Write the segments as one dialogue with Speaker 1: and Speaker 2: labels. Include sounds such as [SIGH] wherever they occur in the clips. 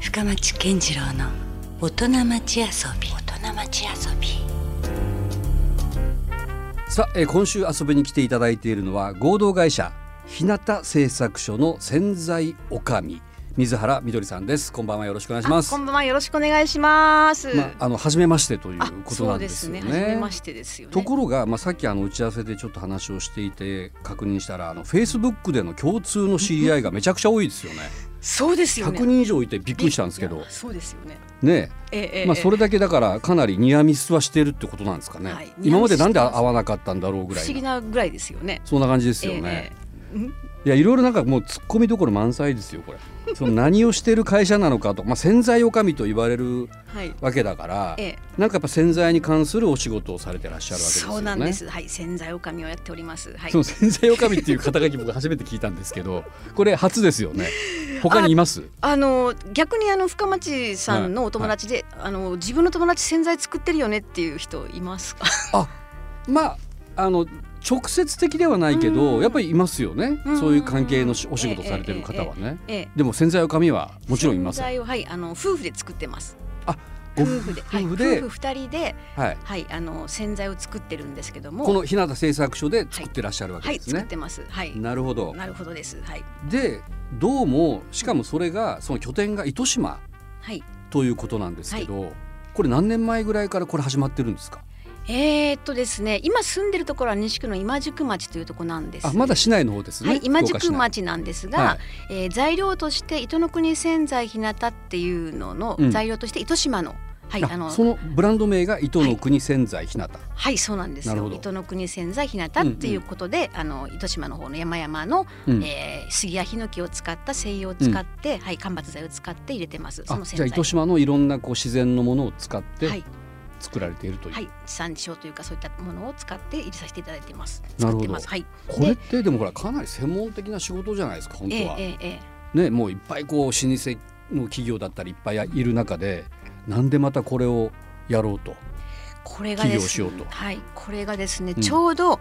Speaker 1: 深町健次郎の大人町遊び大人町遊び
Speaker 2: さあ、えー今週遊びに来ていただいているのは合同会社日向製作所の潜在おかみ水原みどりさんですこんばんはよろしくお願いします
Speaker 3: こんばんはよろしくお願いします。
Speaker 2: まあ、あの初めましてという
Speaker 3: あ、
Speaker 2: こと
Speaker 3: そ
Speaker 2: な
Speaker 3: うんで
Speaker 2: です
Speaker 3: す
Speaker 2: よね
Speaker 3: ね。初めましてですよね。
Speaker 2: ところが、まあ、さっきあの打ち合わせでちょっと話をしていて確認したらあのフェイスブックでの共通の知り合いがめちゃくちゃ多いですよね
Speaker 3: そうですよね。
Speaker 2: 100人以上いてびっくりしたんですけ
Speaker 3: い
Speaker 2: ど
Speaker 3: やそうですよね。
Speaker 2: ね
Speaker 3: えええ
Speaker 2: え、
Speaker 3: え
Speaker 2: まあ、それだけだからかなりニアミスはしてるってことなんですかね、
Speaker 3: はい
Speaker 2: 今までなんで
Speaker 3: ニアミスしてます
Speaker 2: 合わなかったんだろうぐ
Speaker 3: 不
Speaker 2: ら
Speaker 3: 思
Speaker 2: い
Speaker 3: 議
Speaker 2: な
Speaker 3: なぐらいですよね。
Speaker 2: そんな感じですよね、
Speaker 3: ええええん
Speaker 2: いやいろいろなんかもう突っ込みどころ満載ですよこ
Speaker 3: [LAUGHS]
Speaker 2: れその何をしてる会社なのかと、まあ、潜在おかみと言われる
Speaker 3: はい。
Speaker 2: わけだから、
Speaker 3: ええ
Speaker 2: なんかやっぱ潜在に関するお仕事をされてらっしゃるわけですよね
Speaker 3: そうなんです。はい、潜在狼をやっております。はい
Speaker 2: そ。の潜在おかみっていう肩書き僕初めて聞いたんですけどこれ初です
Speaker 3: [LAUGHS]
Speaker 2: よね他にいます
Speaker 3: あの逆にあの深町さんのお友達で、あの自分の友達潜在作ってるよねっていう人いま
Speaker 2: [LAUGHS]
Speaker 3: すか。
Speaker 2: まああの直接的ではないけど、
Speaker 3: うん
Speaker 2: やっぱりいますよね、
Speaker 3: うん
Speaker 2: そういう関係のしお仕事されてる方はね、
Speaker 3: ええ。
Speaker 2: でも潜在おかみはもちろんいませ
Speaker 3: 潜
Speaker 2: ん
Speaker 3: 在をはいあの夫婦で作ってます。
Speaker 2: あご
Speaker 3: 夫
Speaker 2: 夫
Speaker 3: 婦で、はい、
Speaker 2: 婦
Speaker 3: 夫
Speaker 2: で
Speaker 3: 婦二人で、
Speaker 2: はい
Speaker 3: はい、あの洗剤を作ってるんですけども。
Speaker 2: この日向製作所で作ってらっしゃるわけ
Speaker 3: はい、
Speaker 2: ですね、
Speaker 3: 作ってます。はい。
Speaker 2: なるほど
Speaker 3: なるほどです。はい。
Speaker 2: でどうもしかもそれがその拠点が糸島
Speaker 3: はい。
Speaker 2: ということなんですけど、これ何年前ぐらいからこれ始まってるんですか
Speaker 3: えー、っとですね、今住んでるところは西区の今宿町というところなんです。
Speaker 2: あまだ市内の方ですね、
Speaker 3: はい、今
Speaker 2: 福岡市
Speaker 3: 宿
Speaker 2: 内
Speaker 3: 町なんですが、
Speaker 2: はい
Speaker 3: えー材料として糸の国洗剤ひなたっていうのの
Speaker 2: うん
Speaker 3: 材料として糸島の、はい、
Speaker 2: あ
Speaker 3: あの
Speaker 2: そのブランド名が糸の国洗剤ひなた、
Speaker 3: はいそうなんです
Speaker 2: なるほ
Speaker 3: よ
Speaker 2: ど
Speaker 3: 糸の国洗剤ひなたっていうことで、あの糸島の方の山々の、
Speaker 2: うん
Speaker 3: えー杉やヒノキを使った精油を使って、はい間伐材を使って入れてますそ
Speaker 2: あ
Speaker 3: の洗
Speaker 2: じゃあ
Speaker 3: 剤
Speaker 2: 糸島のいろんなこう自然のものを使っ
Speaker 3: は
Speaker 2: て
Speaker 3: い
Speaker 2: 作られているという、
Speaker 3: はい、地産地消というかそういったものを使って入れさせていただいてます。
Speaker 2: なる
Speaker 3: 作っ
Speaker 2: ほど
Speaker 3: てます。はい。
Speaker 2: これってでもほらかなり専門的な仕事じゃないですか本
Speaker 3: え
Speaker 2: 当
Speaker 3: え
Speaker 2: は、
Speaker 3: ええええ
Speaker 2: ねもういっぱいこう老舗の企業だったりいっぱいいる中でなんでまたこれをやろうと
Speaker 3: これが
Speaker 2: 起
Speaker 3: で
Speaker 2: 業
Speaker 3: す
Speaker 2: し
Speaker 3: ね。
Speaker 2: ようと。
Speaker 3: はい、これがですね、
Speaker 2: うん
Speaker 3: ちょうど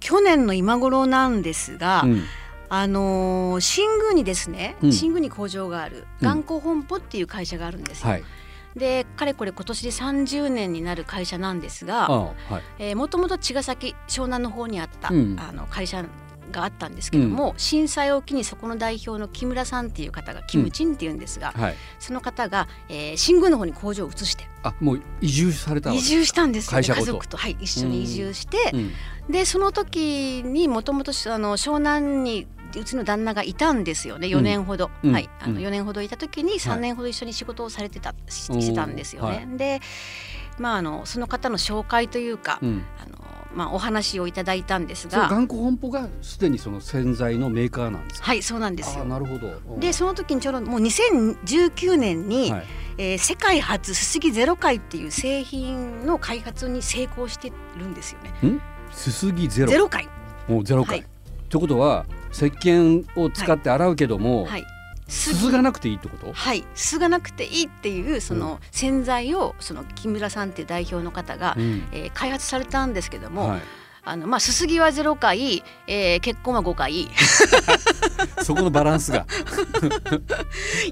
Speaker 3: 去年の今頃なんですが、
Speaker 2: うん
Speaker 3: あのー新宮にですね、
Speaker 2: うん
Speaker 3: 新宮に工場がある
Speaker 2: うん
Speaker 3: 頑固本舗っていう会社があるんですよ。
Speaker 2: はい、
Speaker 3: で、かれこれ今年で30年になる会社なんです
Speaker 2: あ
Speaker 3: が、
Speaker 2: あはい
Speaker 3: えーもともと茅ヶ崎湘南の方にあった、
Speaker 2: うん
Speaker 3: あの会社があったんですけども、震災を機にそこの代表の木村さんっていう方がキムチンっていうんですが、
Speaker 2: はい、
Speaker 3: その方が、えー、新宮の方に工場を移して
Speaker 2: あもう移住されたわけ
Speaker 3: 移住したんですよ、
Speaker 2: 会
Speaker 3: ね、
Speaker 2: 社ごと
Speaker 3: 家族と、はい、一緒に移住して、
Speaker 2: うん
Speaker 3: でその時にもともとあの湘南にうちの旦那がいたんですよね4年ほど、
Speaker 2: うん
Speaker 3: はい、あ
Speaker 2: う
Speaker 3: の
Speaker 2: ん
Speaker 3: 4年ほどいた時に3年ほど一緒に仕事をされてた、ししてたんですよね。
Speaker 2: お
Speaker 3: でまああのその方の紹介というか、
Speaker 2: うん、
Speaker 3: あのまあ、お話をいただいたんです
Speaker 2: その
Speaker 3: が
Speaker 2: 頑固本舗がすでにその洗剤のメーカーなんですか。
Speaker 3: はいそうなんです
Speaker 2: ああ
Speaker 3: よ。
Speaker 2: なるほど。
Speaker 3: でその時にちょうどもう2019年に、
Speaker 2: はい、
Speaker 3: えー世界初すすぎゼロ回っていう製品の開発に成功してるんですよね。
Speaker 2: すすぎゼロ
Speaker 3: ゼロ回、
Speaker 2: もうゼロ回。
Speaker 3: はい
Speaker 2: ということは石鹸を使って洗うけども、
Speaker 3: はい、す
Speaker 2: すすがなくていいってこと？
Speaker 3: はい、すがなくていいっていうその洗剤をその木村さんっていう代表の方が、
Speaker 2: うん
Speaker 3: えー開発されたんですけども、
Speaker 2: はい、
Speaker 3: あのまあすすぎはゼロ回、えー結婚は5回 [LAUGHS] い
Speaker 2: そこのバランス
Speaker 3: [LAUGHS]
Speaker 2: が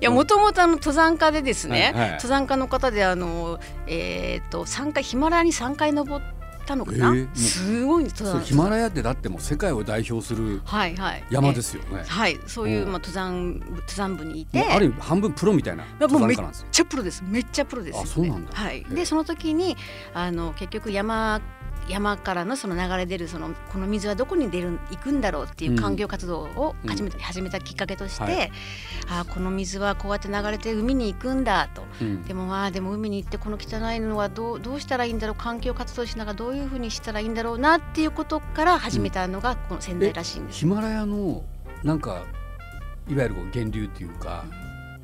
Speaker 3: やもともとあの登山家でですね、
Speaker 2: はいはい
Speaker 3: 登山家の方であのえーっと三回ヒマラヤに3回登ったのかな、
Speaker 2: えーもう
Speaker 3: すごい登
Speaker 2: そう
Speaker 3: 山
Speaker 2: ヒマラヤってだってもう世界を代表する
Speaker 3: はいはい、
Speaker 2: 山ですすよね。
Speaker 3: はいそういう、
Speaker 2: うん
Speaker 3: まあ、登山部登山部にいて
Speaker 2: もうある意味半分プロみたいな
Speaker 3: やも
Speaker 2: 登
Speaker 3: う
Speaker 2: 山家なんですよ。
Speaker 3: めっちゃプロですめっちゃプロですよ、
Speaker 2: あ
Speaker 3: ね、
Speaker 2: そうなんだ
Speaker 3: はい、
Speaker 2: へえ
Speaker 3: でその時にあの結局山山からのその流れ出るそのこの水はどこに出る行くんだろうっていう環境活動を始めた,、始めたきっかけとして、
Speaker 2: はい
Speaker 3: ああこの水はこうやって流れて海に行くんだと
Speaker 2: うん
Speaker 3: でもまあでも海に行ってこの汚いのはどうどうしたらいいんだろう環境活動しながらどういうふうにしたらいいんだろうなっていうことから始めたのがこの仙台らしいんです。
Speaker 2: ヒマラヤのなんかいわゆるこう源流っていうか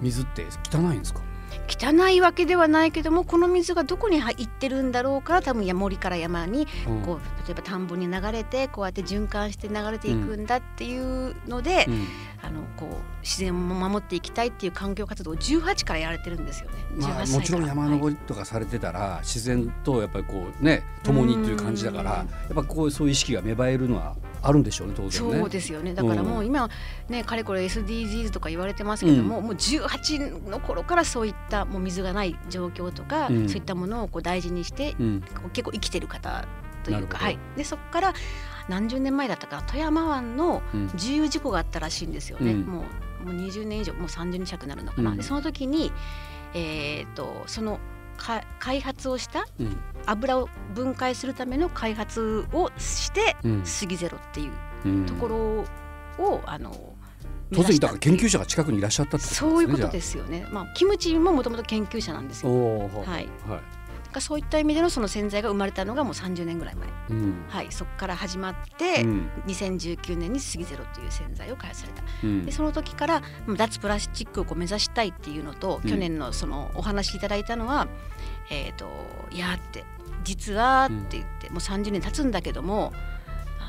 Speaker 2: 水って汚いんですか？
Speaker 3: 汚いわけではないけどもこの水がどこに入ってるんだろうから多分や森から山に
Speaker 2: うん
Speaker 3: こう例えば田んぼに流れてこうやって循環して流れていくんだっていうので、
Speaker 2: うん
Speaker 3: あのこう自然を守っていきたいっていう環境活動を18からやられてるんですよね。
Speaker 2: まあ、
Speaker 3: 18
Speaker 2: もちろん
Speaker 3: 歳から
Speaker 2: 山登りとかされてたら、自然とやっぱりこうね共にという感じだから
Speaker 3: う
Speaker 2: やっぱこうそういう意識が芽生えるのはあるんでしょうね当然ね
Speaker 3: そうですよねだからもう今ねかれこれ SDGs とか言われてますけども、もう18の頃からそういったもう水がない状況とか、
Speaker 2: うん
Speaker 3: そういったものをこう大事にして
Speaker 2: うん
Speaker 3: 結構生きてる方というか、
Speaker 2: な
Speaker 3: は
Speaker 2: る
Speaker 3: い、でそこから何十年前だったかな富山湾の
Speaker 2: うん
Speaker 3: 自由事故があったらしいんですよね、
Speaker 2: うん
Speaker 3: もうもう20年以上もう30年近くなるのかな、
Speaker 2: うん
Speaker 3: でその時に、えー、とそのか開発をした
Speaker 2: うん
Speaker 3: 油を分解するための開発をして
Speaker 2: うん
Speaker 3: 杉ゼロっていう
Speaker 2: うん
Speaker 3: ところを、あの
Speaker 2: 当然だから研究
Speaker 3: 者
Speaker 2: 者が近くにいらっしゃったってことですね
Speaker 3: そういうことですすよね、まあ、キムチももともと研究者なんです
Speaker 2: お
Speaker 3: よ、
Speaker 2: おー
Speaker 3: はい、
Speaker 2: はい
Speaker 3: だからそういった意味でのその洗剤が生まれたのがもう30年ぐらい前、
Speaker 2: うん
Speaker 3: はい、そこから始まって、
Speaker 2: うん
Speaker 3: 2019年に杉ゼロという洗剤を開発された
Speaker 2: うん
Speaker 3: でその時からまあ脱プラスチックをこう目指したいっていうのと、
Speaker 2: うん
Speaker 3: 去年のそのお話しいただいたのは「えー、といや」って「実は」って言って、もう30年経つんだけども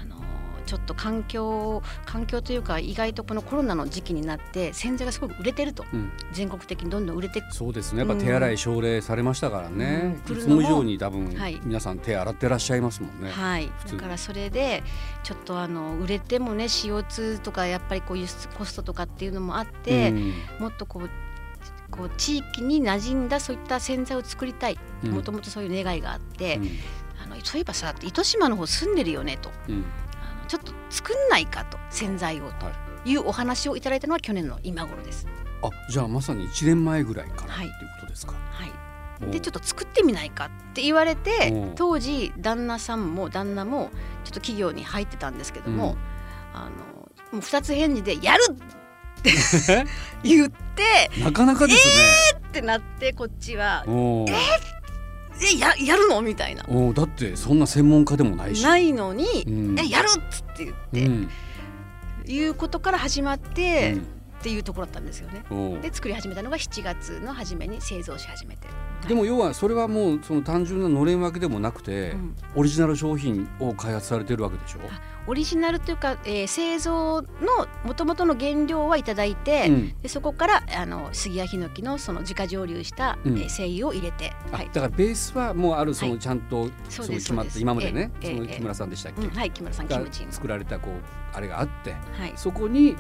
Speaker 3: あのちょっと環境環境というか意外とこのコロナの時期になって洗剤がすごく売れてると
Speaker 2: うん
Speaker 3: 全国的にどんどん売れて
Speaker 2: そうですねやっぱ手洗い奨励されましたからね、
Speaker 3: うん
Speaker 2: いつも以上に多分
Speaker 3: はい
Speaker 2: 皆さん手洗ってらっしゃいますもんね、
Speaker 3: はい
Speaker 2: 普、通
Speaker 3: だ
Speaker 2: に
Speaker 3: からそれでちょっとあの売れてもね CO2 とかやっぱりこう輸出コストとかっていうのもあって、
Speaker 2: うん
Speaker 3: もっとこうこう地域に馴染んだそういった洗剤を作りたい
Speaker 2: うん
Speaker 3: もともとそういう願いがあって、
Speaker 2: うん
Speaker 3: あのそういえばさ糸島の方住んでるよねと
Speaker 2: うん
Speaker 3: あのちょっと作んないかと洗剤をと
Speaker 2: は
Speaker 3: いうお話をいただいたのは去年の今頃です。
Speaker 2: あじゃあまさに1年前ぐらいからっ
Speaker 3: は
Speaker 2: てい
Speaker 3: いう
Speaker 2: ことですか、
Speaker 3: はい
Speaker 2: お
Speaker 3: でちょっと作ってみないかって言われて
Speaker 2: うん
Speaker 3: 当時旦那さんも旦那もちょっと企業に入ってたんですけども、
Speaker 2: うん
Speaker 3: あのもう2つ返事で「やる!」
Speaker 2: [LAUGHS]
Speaker 3: って言って
Speaker 2: なかなかです
Speaker 3: ってなってこっちは
Speaker 2: ね、おー
Speaker 3: 「えややるの?」みたいな。
Speaker 2: おーだってそんな専門家でもないし
Speaker 3: ないのに
Speaker 2: う
Speaker 3: 「
Speaker 2: ん
Speaker 3: えやる!」っつって言って、
Speaker 2: うん
Speaker 3: いうことから始まって、
Speaker 2: うん
Speaker 3: っていうところだったんですよね。
Speaker 2: おー
Speaker 3: で作り始めたのが7月の初めに製造し始めて、
Speaker 2: でも要はそれはもうその単純なのれんわけでもなくて、
Speaker 3: うん
Speaker 2: オリジナル商品を開発されてるわけでしょ、
Speaker 3: オリジナルというか、えー製造の元々の原料はいただいて、
Speaker 2: うん
Speaker 3: でそこからあの杉やヒノキのその自家蒸留した、
Speaker 2: うん
Speaker 3: えー精油を入れて、
Speaker 2: あ
Speaker 3: はい
Speaker 2: だからベースはもうあるその
Speaker 3: はい
Speaker 2: ちゃんとそ
Speaker 3: そ
Speaker 2: うの
Speaker 3: です
Speaker 2: 決まった
Speaker 3: そうです
Speaker 2: 今までね
Speaker 3: え
Speaker 2: そ
Speaker 3: え
Speaker 2: の
Speaker 3: ええ
Speaker 2: 木村さんでしたっけ、
Speaker 3: うんはい木村さんキ
Speaker 2: が
Speaker 3: ムチン、
Speaker 2: 作られたこうあれがあって
Speaker 3: はい
Speaker 2: そこに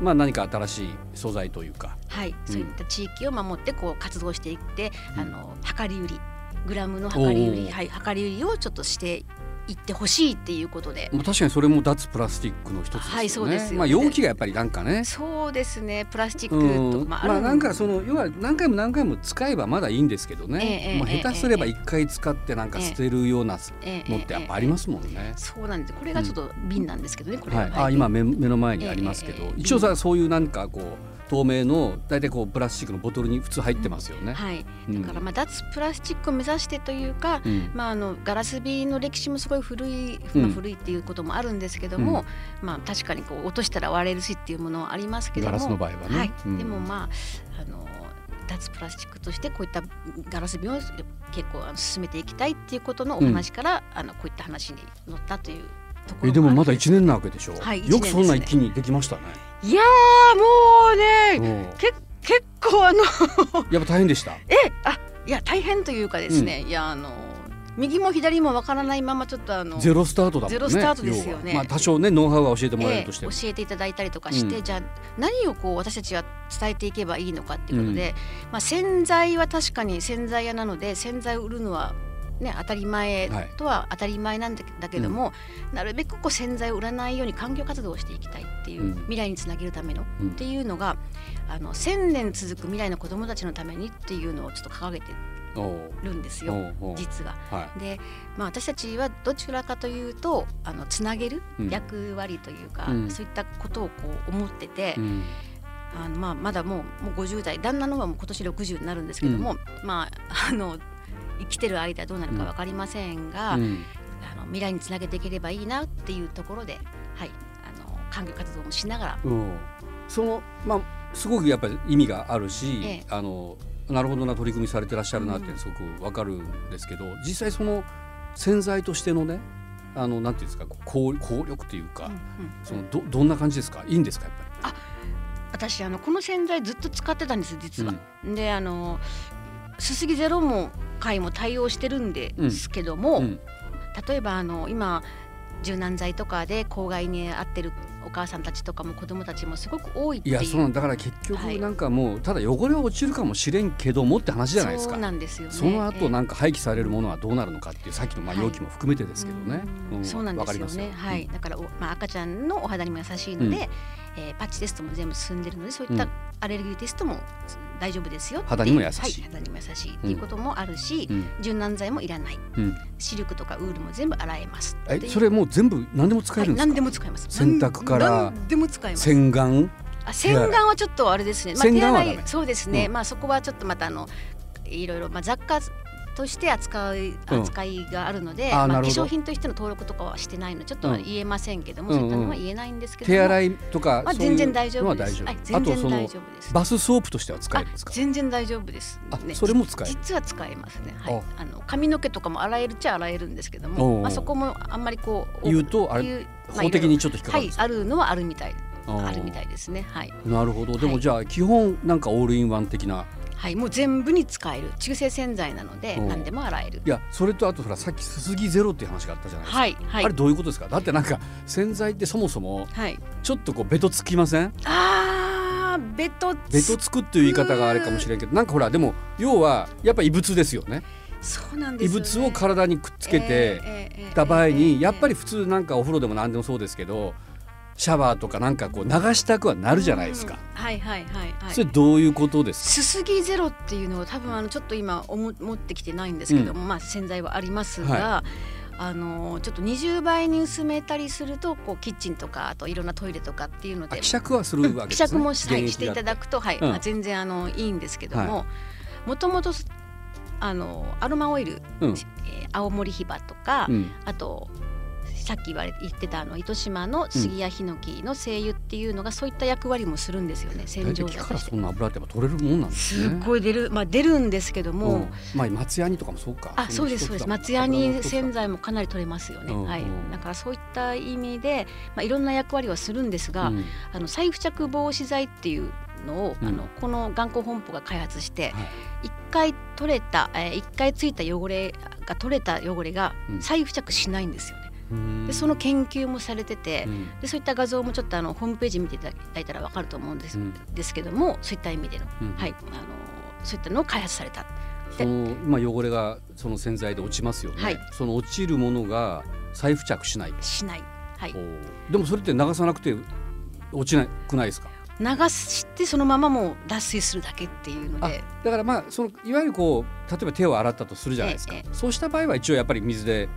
Speaker 2: まあ何か新しい素材というか
Speaker 3: はい、そういった地域を守ってこう活動していって、
Speaker 2: うん
Speaker 3: あの量り売りグラムの量り売
Speaker 2: お
Speaker 3: り、
Speaker 2: ー
Speaker 3: はい、量り売りをちょっとしていってほしいっていうことで
Speaker 2: もう確かにそれも脱プラスチックの一つですよね,、
Speaker 3: はいそうですよね
Speaker 2: まあ容器がやっぱりなんかね
Speaker 3: そうですねプラスチッ
Speaker 2: うん
Speaker 3: クとか、
Speaker 2: ま
Speaker 3: る
Speaker 2: あなんかその要は何回も何回も使えばまだいいんですけど
Speaker 3: え
Speaker 2: ね、
Speaker 3: え
Speaker 2: もう
Speaker 3: ええ
Speaker 2: 下手すれば一回使ってなんか捨てるような
Speaker 3: ええ
Speaker 2: のってやっぱあ
Speaker 3: ええ
Speaker 2: りますもんね。
Speaker 3: そうなんですこれがちょっと瓶なんですけどね、これ
Speaker 2: はい、あ今目目の前にありますけ
Speaker 3: ええ
Speaker 2: ど
Speaker 3: え、え
Speaker 2: 一応さそういうなんかこう透明の大体こうプラスチックのボトルに普通入ってますよね。
Speaker 3: はい、
Speaker 2: うん
Speaker 3: だからまあ脱プラスチックを目指してというか、
Speaker 2: うん
Speaker 3: まあ、あのガラス瓶の歴史もすごい古い、ま
Speaker 2: う
Speaker 3: あ、
Speaker 2: ん
Speaker 3: 古いっていうこともあるんですけども、まあ、確かにこう落としたら割れるしっていうものはありますけども
Speaker 2: ガラスの場合はね
Speaker 3: い
Speaker 2: うん
Speaker 3: でもまああの脱プラスチックとしてこういったガラス瓶を結構あの進めていきたいっていうことのお話から、あのこういった話に乗ったというところ
Speaker 2: えでもまだ
Speaker 3: 一
Speaker 2: 一年なわけでしょ、
Speaker 3: はい
Speaker 2: よくそんな一
Speaker 3: 一年です
Speaker 2: 気にできましたね。
Speaker 3: いやーもうね、
Speaker 2: うん
Speaker 3: け結構あの
Speaker 2: やっぱ大変でした。
Speaker 3: えあいや大変というかですね、いやあの右も左もわからないままちょっとあの
Speaker 2: ゼロスタートだもんね。
Speaker 3: ゼロスタートですよね
Speaker 2: 要はまあ多少ねノウハウは教えてもらえ
Speaker 3: え
Speaker 2: るとして
Speaker 3: 教
Speaker 2: も、
Speaker 3: えていただいたりとかして、
Speaker 2: うん
Speaker 3: じゃあ何をこう私たちは伝えていけばいいのかっていうことで、まあ、洗剤は確かに洗剤屋なので洗剤を売るのは、ね、当たり前
Speaker 2: はい
Speaker 3: とは当たり前なんだだけども、なるべくこう洗剤を売らないように環境活動をしていきたいっていう、
Speaker 2: うん
Speaker 3: 未来につなげるための、
Speaker 2: うん
Speaker 3: っていうのがあの1,000年続く未来の子どもたちのためにっていうのをちょっと掲げて
Speaker 2: おう
Speaker 3: るんです
Speaker 2: お
Speaker 3: よ
Speaker 2: うおう
Speaker 3: 実は。
Speaker 2: は
Speaker 3: で、まあ、私たちはどちらかというとあのつなげる
Speaker 2: うん
Speaker 3: 役割というか、
Speaker 2: うん
Speaker 3: そういったことをこう思ってて、
Speaker 2: い。うん
Speaker 3: あのまあ、まだもうもう50代旦那の方はもう今年60になるんですけども、まあ、あ [LAUGHS] の生きてる間どうなるか分かりませんが、
Speaker 2: うん
Speaker 3: あの未来につなげていければいいなっていうところで、はい、あの環境活動もしながら、
Speaker 2: うんそのまあすごくやっぱり意味があるし、
Speaker 3: ええ
Speaker 2: あのなるほどな取り組みされてらっしゃるなって
Speaker 3: うん
Speaker 2: すごくわかるんですけど、実際その洗剤としてのねあのなんていうんですかこう効効力というか、
Speaker 3: うんうん
Speaker 2: そのどどんな感じですかいいんですかやっぱり。
Speaker 3: 私あのこの洗剤ずっと使ってたんです実は。であのすすぎゼロも回も対応してるんですけども、
Speaker 2: うん
Speaker 3: 例えばあの今柔軟剤とかで公害に遭ってるお母さんたちとかも子供たちもすごく多いって
Speaker 2: い
Speaker 3: いう
Speaker 2: やそうなんだから結
Speaker 3: は
Speaker 2: 局
Speaker 3: い
Speaker 2: なんかもうただ汚れは落ちるかもしれんけどもって話じゃないですか
Speaker 3: そうなんですよね
Speaker 2: その
Speaker 3: え
Speaker 2: 後
Speaker 3: え
Speaker 2: なんか廃棄されるものはどうなるのかっていうさっきのまあ
Speaker 3: はい
Speaker 2: 容器も含めてですけどね、
Speaker 3: うんそうなんで
Speaker 2: わか
Speaker 3: す
Speaker 2: り
Speaker 3: よ
Speaker 2: ま
Speaker 3: ね。はい、
Speaker 2: うん
Speaker 3: だからお、まあ、赤ちゃんのお肌にも優しいので、
Speaker 2: うん
Speaker 3: えーパッチテストも全部進んでるのでそういった
Speaker 2: うん
Speaker 3: アレルギーテストも大丈夫ですよっていう
Speaker 2: 肌にも優しい
Speaker 3: は肌にも優しいっていうこともあるし、
Speaker 2: うん
Speaker 3: 柔軟剤もいらない
Speaker 2: うん
Speaker 3: シルクとかウールも全部洗えます
Speaker 2: え
Speaker 3: っていう
Speaker 2: それもう全部何でも使えるんですか、
Speaker 3: はい、何でも使えます
Speaker 2: 洗濯から
Speaker 3: なん何でも使えます
Speaker 2: 洗顔
Speaker 3: あ洗顔はちょっとあれですね、まあ、
Speaker 2: 洗
Speaker 3: 手
Speaker 2: 顔は
Speaker 3: 洗
Speaker 2: ダ
Speaker 3: い
Speaker 2: メ
Speaker 3: そうですね、
Speaker 2: うん
Speaker 3: まあそこはちょっとまたあのいろいろ、まあ、雑貨として扱い
Speaker 2: うん
Speaker 3: 扱いがあるので、
Speaker 2: あー
Speaker 3: ま
Speaker 2: な
Speaker 3: あ、
Speaker 2: る
Speaker 3: 化
Speaker 2: ほど
Speaker 3: 粧品としての登録とかはしてないのでちょっと
Speaker 2: う
Speaker 3: は
Speaker 2: ん
Speaker 3: 言えませんけども、
Speaker 2: うんう
Speaker 3: そ
Speaker 2: ん
Speaker 3: ういったのは言えないんですけども
Speaker 2: 手洗いとか
Speaker 3: まあ、
Speaker 2: そういう
Speaker 3: 全然大丈
Speaker 2: の
Speaker 3: 夫
Speaker 2: は
Speaker 3: で
Speaker 2: 大
Speaker 3: す
Speaker 2: 丈夫
Speaker 3: はい、
Speaker 2: あ
Speaker 3: 全
Speaker 2: と
Speaker 3: 然
Speaker 2: そ
Speaker 3: 大
Speaker 2: の
Speaker 3: 丈夫です
Speaker 2: バスソープとしては使え
Speaker 3: あ
Speaker 2: るんですか
Speaker 3: 全然大丈夫です、
Speaker 2: あそれも使える
Speaker 3: じ実は使えますね、は
Speaker 2: お
Speaker 3: い、あの髪の毛とかも洗えるっちゃ洗えるんですけど
Speaker 2: おうお
Speaker 3: も、
Speaker 2: う
Speaker 3: まあ、そこもあんまりこう
Speaker 2: 言うとあれ
Speaker 3: 言うまあ
Speaker 2: 法的にちょっと引っかか
Speaker 3: は
Speaker 2: るん
Speaker 3: い
Speaker 2: ですか、
Speaker 3: あるのはあるみたい
Speaker 2: あー
Speaker 3: あるみたいですねはい
Speaker 2: なるほどでも
Speaker 3: はい
Speaker 2: じゃあ基本なんかオールインワン的な
Speaker 3: はい、もう全部に使える中性洗剤なので
Speaker 2: おう
Speaker 3: 何でも洗える
Speaker 2: い。やそれとあとほらさっきすすぎゼロっていう話があったじゃないですか、
Speaker 3: はいはい
Speaker 2: あれどういうことですかだってなんか洗剤ってそもそも
Speaker 3: はい。
Speaker 2: ちょっとこうベトつきません
Speaker 3: ああベトつ
Speaker 2: ベトつくっていう言い方があれかもしれんけどなんかほらでも要はやっぱ異物ですよね
Speaker 3: そうなんで
Speaker 2: 異
Speaker 3: すよ、ね。
Speaker 2: 物を体にくっつけて
Speaker 3: えーえーえー
Speaker 2: た場合
Speaker 3: えー
Speaker 2: にやっぱ
Speaker 3: え
Speaker 2: り普通なんかお風呂でも何でもそうですけどシャワーとかなんかこう流したくはな
Speaker 3: ー
Speaker 2: るじゃないですか
Speaker 3: うん。はいはいはいはい。
Speaker 2: それどういうことです
Speaker 3: すすぎゼロっていうのを多分あのちょっと今おも持ってきてないんですけども、まあ洗剤はありますが、
Speaker 2: は
Speaker 3: あのちょっと20倍に薄めたりするとこうキッチンとかあといろんなトイレとかっていうの
Speaker 2: かあ
Speaker 3: で
Speaker 2: 希釈はするわけで
Speaker 3: 希
Speaker 2: すね
Speaker 3: 釈もし,、はい、
Speaker 2: 原液
Speaker 3: していた
Speaker 2: が
Speaker 3: だくと、はい
Speaker 2: うん
Speaker 3: まあ全然あのいいんですけども、もともとあのアロマオイル、
Speaker 2: うん
Speaker 3: えー青森ヒバとか、
Speaker 2: うん
Speaker 3: あとさっき言われ言ってたあの糸島の杉やヒノキの精油っていうのがそういった役割もするんですよね洗
Speaker 2: 大
Speaker 3: 浄
Speaker 2: 体
Speaker 3: 剤
Speaker 2: 木か
Speaker 3: と
Speaker 2: ら
Speaker 3: して
Speaker 2: そ。んな油ってやっぱ取れるもんなんですね
Speaker 3: すっごい出る、まあ、出るんですけども、
Speaker 2: うんまあ松ヤニとかもそうか
Speaker 3: あそうですそうです松屋に洗剤もかなり取れますよね、
Speaker 2: うん
Speaker 3: はい
Speaker 2: うん
Speaker 3: だからそういった意味で、まあ、いろんな役割はするんですが、
Speaker 2: が、うん
Speaker 3: あの再付着防止剤っていうのを、
Speaker 2: うん
Speaker 3: あのこの眼光本舗が開発し
Speaker 2: は
Speaker 3: て、
Speaker 2: い
Speaker 3: 一回取れた、えー一回ついた汚れが取れた汚れが
Speaker 2: うん
Speaker 3: 再付着しないんですよね。
Speaker 2: うん
Speaker 3: でその研究もされてて、
Speaker 2: うん
Speaker 3: でそういった画像もちょっとあのホームページ見ていただいたらわかると思うんです,、
Speaker 2: うん
Speaker 3: ですけどもそういった意味での、
Speaker 2: うん
Speaker 3: はい、あのそういったのを開発された。
Speaker 2: その今汚れがその洗剤で落ちますよね、
Speaker 3: はい
Speaker 2: その落ちるものが再付着しない
Speaker 3: しない、はい、
Speaker 2: おーでもそれって流さなくて落ちなくないですか
Speaker 3: 流してそのままもう脱水するだけっていうの
Speaker 2: あ
Speaker 3: で
Speaker 2: だからまあそのいわゆるこう例えば手を洗ったとするじゃないですか、
Speaker 3: ええ
Speaker 2: そうした場合は一応やっぱり水で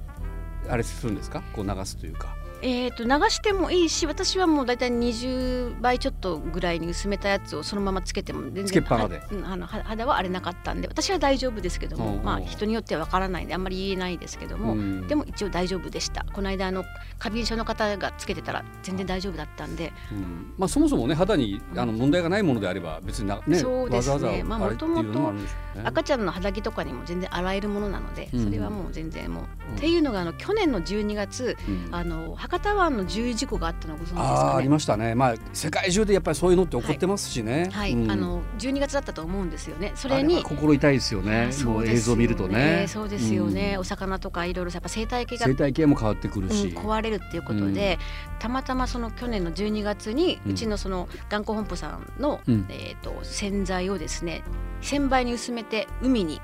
Speaker 2: あれするんですかこう流すというか
Speaker 3: えー、と流してもいいし私はもう大体20倍ちょっとぐらいに薄めたやつをそのままつけても全然
Speaker 2: つけっぱなで
Speaker 3: はうんあのは肌は荒れなかったんで私は大丈夫ですけど
Speaker 2: おう
Speaker 3: も、
Speaker 2: おう
Speaker 3: まあ、人によってはわからないんであんまり言えないですけども、
Speaker 2: ん
Speaker 3: でも一応大丈夫でしたこの間あの過敏症の方がつけてたら全然大丈夫だったんで、
Speaker 2: うんまあ、そもそもね肌にあの問題がないものであれば別にな、ね
Speaker 3: そうですね
Speaker 2: わざわざ
Speaker 3: まあ
Speaker 2: あれっていうのもあるんでしょうね。
Speaker 3: 赤ちゃんの肌着とかにも全然洗えるものなので
Speaker 2: うん
Speaker 3: それはもう全然もう、
Speaker 2: うん
Speaker 3: っていうのがあの去年の12月
Speaker 2: うん
Speaker 3: あの博多湾の重油事故があったのご存知です
Speaker 2: あー
Speaker 3: か
Speaker 2: あり
Speaker 3: ね
Speaker 2: ましたね、まあ、世界中でやっぱりそういうのって起こってますしね。
Speaker 3: はい、
Speaker 2: うん
Speaker 3: あの12月だったと思うんですよね。それ
Speaker 2: あ
Speaker 3: に
Speaker 2: は心痛いですよ
Speaker 3: あ
Speaker 2: ね
Speaker 3: そ
Speaker 2: も
Speaker 3: う
Speaker 2: う
Speaker 3: ですよ
Speaker 2: 映像見るとね
Speaker 3: そうですよね。
Speaker 2: うん
Speaker 3: お魚とかいろいろやっぱ生態系が、う
Speaker 2: 生
Speaker 3: ん、
Speaker 2: 態系も変わってくるし、
Speaker 3: 壊れるっていうことで、たまたまその去年の12月に、う
Speaker 2: うん
Speaker 3: ちのその頑固本舗さんの、
Speaker 2: うん
Speaker 3: えっ、と洗剤をですね、1000倍に薄めて海に。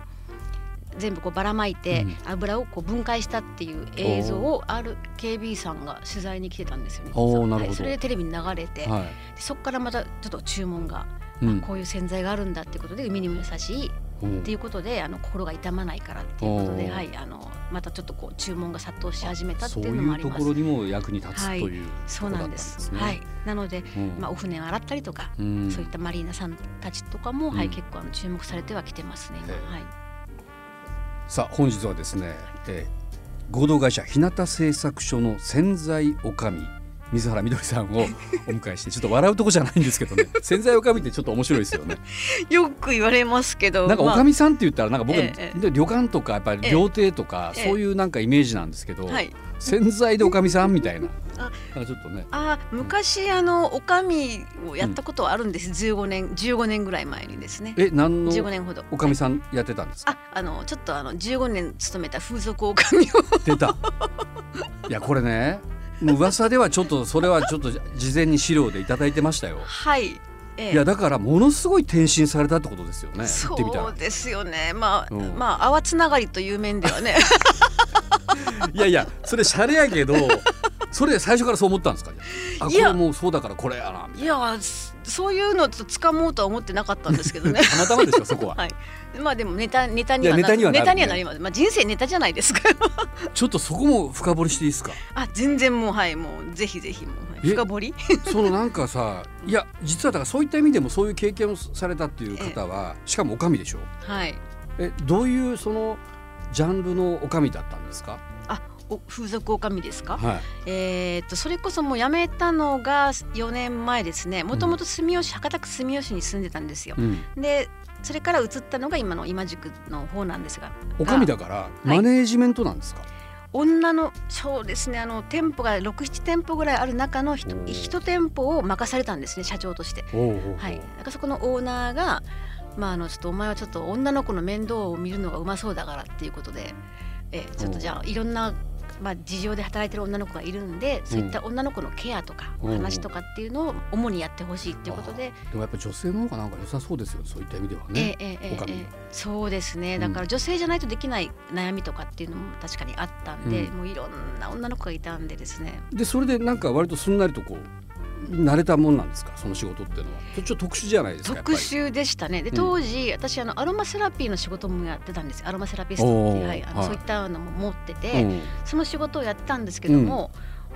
Speaker 3: 全部こうばらまいて、油をこう分解したっていう映像を RKB さんが取材に来てたんですよね。
Speaker 2: おー
Speaker 3: そう
Speaker 2: なるほど
Speaker 3: はいそれでテレビに流れて、
Speaker 2: は
Speaker 3: そこからまたちょっと注文が
Speaker 2: いうん
Speaker 3: こういう洗剤があるんだってことで海にも優しいっていうことであの心が痛まないからっていうこと
Speaker 2: お
Speaker 3: で、
Speaker 2: ー
Speaker 3: はい、あのまたちょっとこう注文が殺到し始めたって
Speaker 2: そう
Speaker 3: いうのもあ
Speaker 2: いう
Speaker 3: り
Speaker 2: と
Speaker 3: ます。
Speaker 2: ころにも役に立つと
Speaker 3: はい
Speaker 2: いう
Speaker 3: そうなんです
Speaker 2: ところだ
Speaker 3: は
Speaker 2: ったん
Speaker 3: い、なので、
Speaker 2: ですねうん
Speaker 3: まあ、お船を洗ったりとか、
Speaker 2: うん
Speaker 3: そういったマリーナさんたちとかも、は
Speaker 2: う
Speaker 3: い、
Speaker 2: ん
Speaker 3: 結構あの注目されてはきてますね、今
Speaker 2: え
Speaker 3: はい、
Speaker 2: さあ本日はですね、えー合同会社日向製作所の洗剤おかみ水原みどりさん
Speaker 3: [LAUGHS]
Speaker 2: をお迎えしてちょっと笑うとこじゃないんですけどね洗剤おかみってちょっと面白いですよね
Speaker 3: よく言われますけど
Speaker 2: なんかおかみさんって言ったらなんか僕、
Speaker 3: ええ
Speaker 2: で旅館とかやっぱり料亭とか、
Speaker 3: ええ
Speaker 2: そういうなんかイメージなんですけど、洗剤でおかみさんみたいな
Speaker 3: あ
Speaker 2: なんかちょっとね
Speaker 3: あ昔あのおかみをやったことはあるんです、15年15年ぐらい前にですね
Speaker 2: え何の
Speaker 3: 15年ほど
Speaker 2: おかみさんやってたんですか
Speaker 3: あ、あのちょっとあの15年勤めた風俗おかみを
Speaker 2: 出たいやこれねもう噂ではちょっとそれはちょっと事前に資料でいただいてましたよ。
Speaker 3: [LAUGHS] はい、ええ
Speaker 2: いやだからものすごい転身されたってことですよね。言ってみた
Speaker 3: そ
Speaker 2: ら
Speaker 3: う。ですよねまあ、
Speaker 2: うん
Speaker 3: まあ泡つながりという面で [LAUGHS] はね
Speaker 2: いやいやそれシャレやけ
Speaker 3: [LAUGHS]
Speaker 2: どそれ最初からそう思ったんですかね。あこ
Speaker 3: いや
Speaker 2: れもうそうだからこれやなみたい
Speaker 3: いやそそういうのと掴もうとは思ってなかったんですけど [LAUGHS] ね
Speaker 2: なたまたまでしょそこは。
Speaker 3: [LAUGHS] はいまあでもネタネタにはい
Speaker 2: やネタにはなる
Speaker 3: ネタにはなります、まあ、人生ネタじゃないですか
Speaker 2: ちょっとそこも深掘りしていいですか。
Speaker 3: あ全然もうはいもうぜひぜひもう、はい
Speaker 2: え
Speaker 3: 深掘り
Speaker 2: そのなんかさいや実はだからそういった意味でもそういう経験をされたっていう方はしかもおかみでしょ。
Speaker 3: はい
Speaker 2: えどういうそのジャンルのおかみだったんですか。
Speaker 3: あお風俗おかみですか、
Speaker 2: はい。
Speaker 3: えーっとそれこそもう辞めたのが4年前ですねもともと住吉博多区住吉に住んでたんですよ
Speaker 2: うん。
Speaker 3: でそれから移ったのが今の今宿の方なんですが
Speaker 2: おかみだからマネージメントなんですか。
Speaker 3: 女のそうですねあの店舗が67店舗ぐらいある中の
Speaker 2: おー
Speaker 3: 1店舗を任されたんですね社長として。
Speaker 2: おうおうおう
Speaker 3: はい、だからそこのオーナーが「まあ、あのちょっとお前はちょっと女の子の面倒を見るのがうまそうだから」っていうことで、えちょっとじゃあいろんな、まあ、事情で働いてる女の子がいるんでそういった女の子のケアとか
Speaker 2: う
Speaker 3: お
Speaker 2: ん
Speaker 3: 話とかっていうのを主にやってほしいっていうことで、
Speaker 2: でもやっぱ女性の方がなんか良さそうですよそういった意味ではね。
Speaker 3: えええ
Speaker 2: 女
Speaker 3: えええ
Speaker 2: 将
Speaker 3: ええそうですね
Speaker 2: ん
Speaker 3: だから女性じゃないとできない悩みとかっていうのも確かにあったんで、
Speaker 2: うん
Speaker 3: もういろんな女の子がいたんでですね
Speaker 2: でそれでなんか割とすんなりとこう慣れたもんなんですかその仕事っていうのはちょっと特殊じゃないですか
Speaker 3: 特殊でしたねで
Speaker 2: うん
Speaker 3: 当時、私あのアロマセラピーの仕事もやってたんですアロマセラピストってい
Speaker 2: おー
Speaker 3: う、はいあの
Speaker 2: はい
Speaker 3: そういったのも持ってて、
Speaker 2: やっぱりうん
Speaker 3: その仕事をやってたんですけども、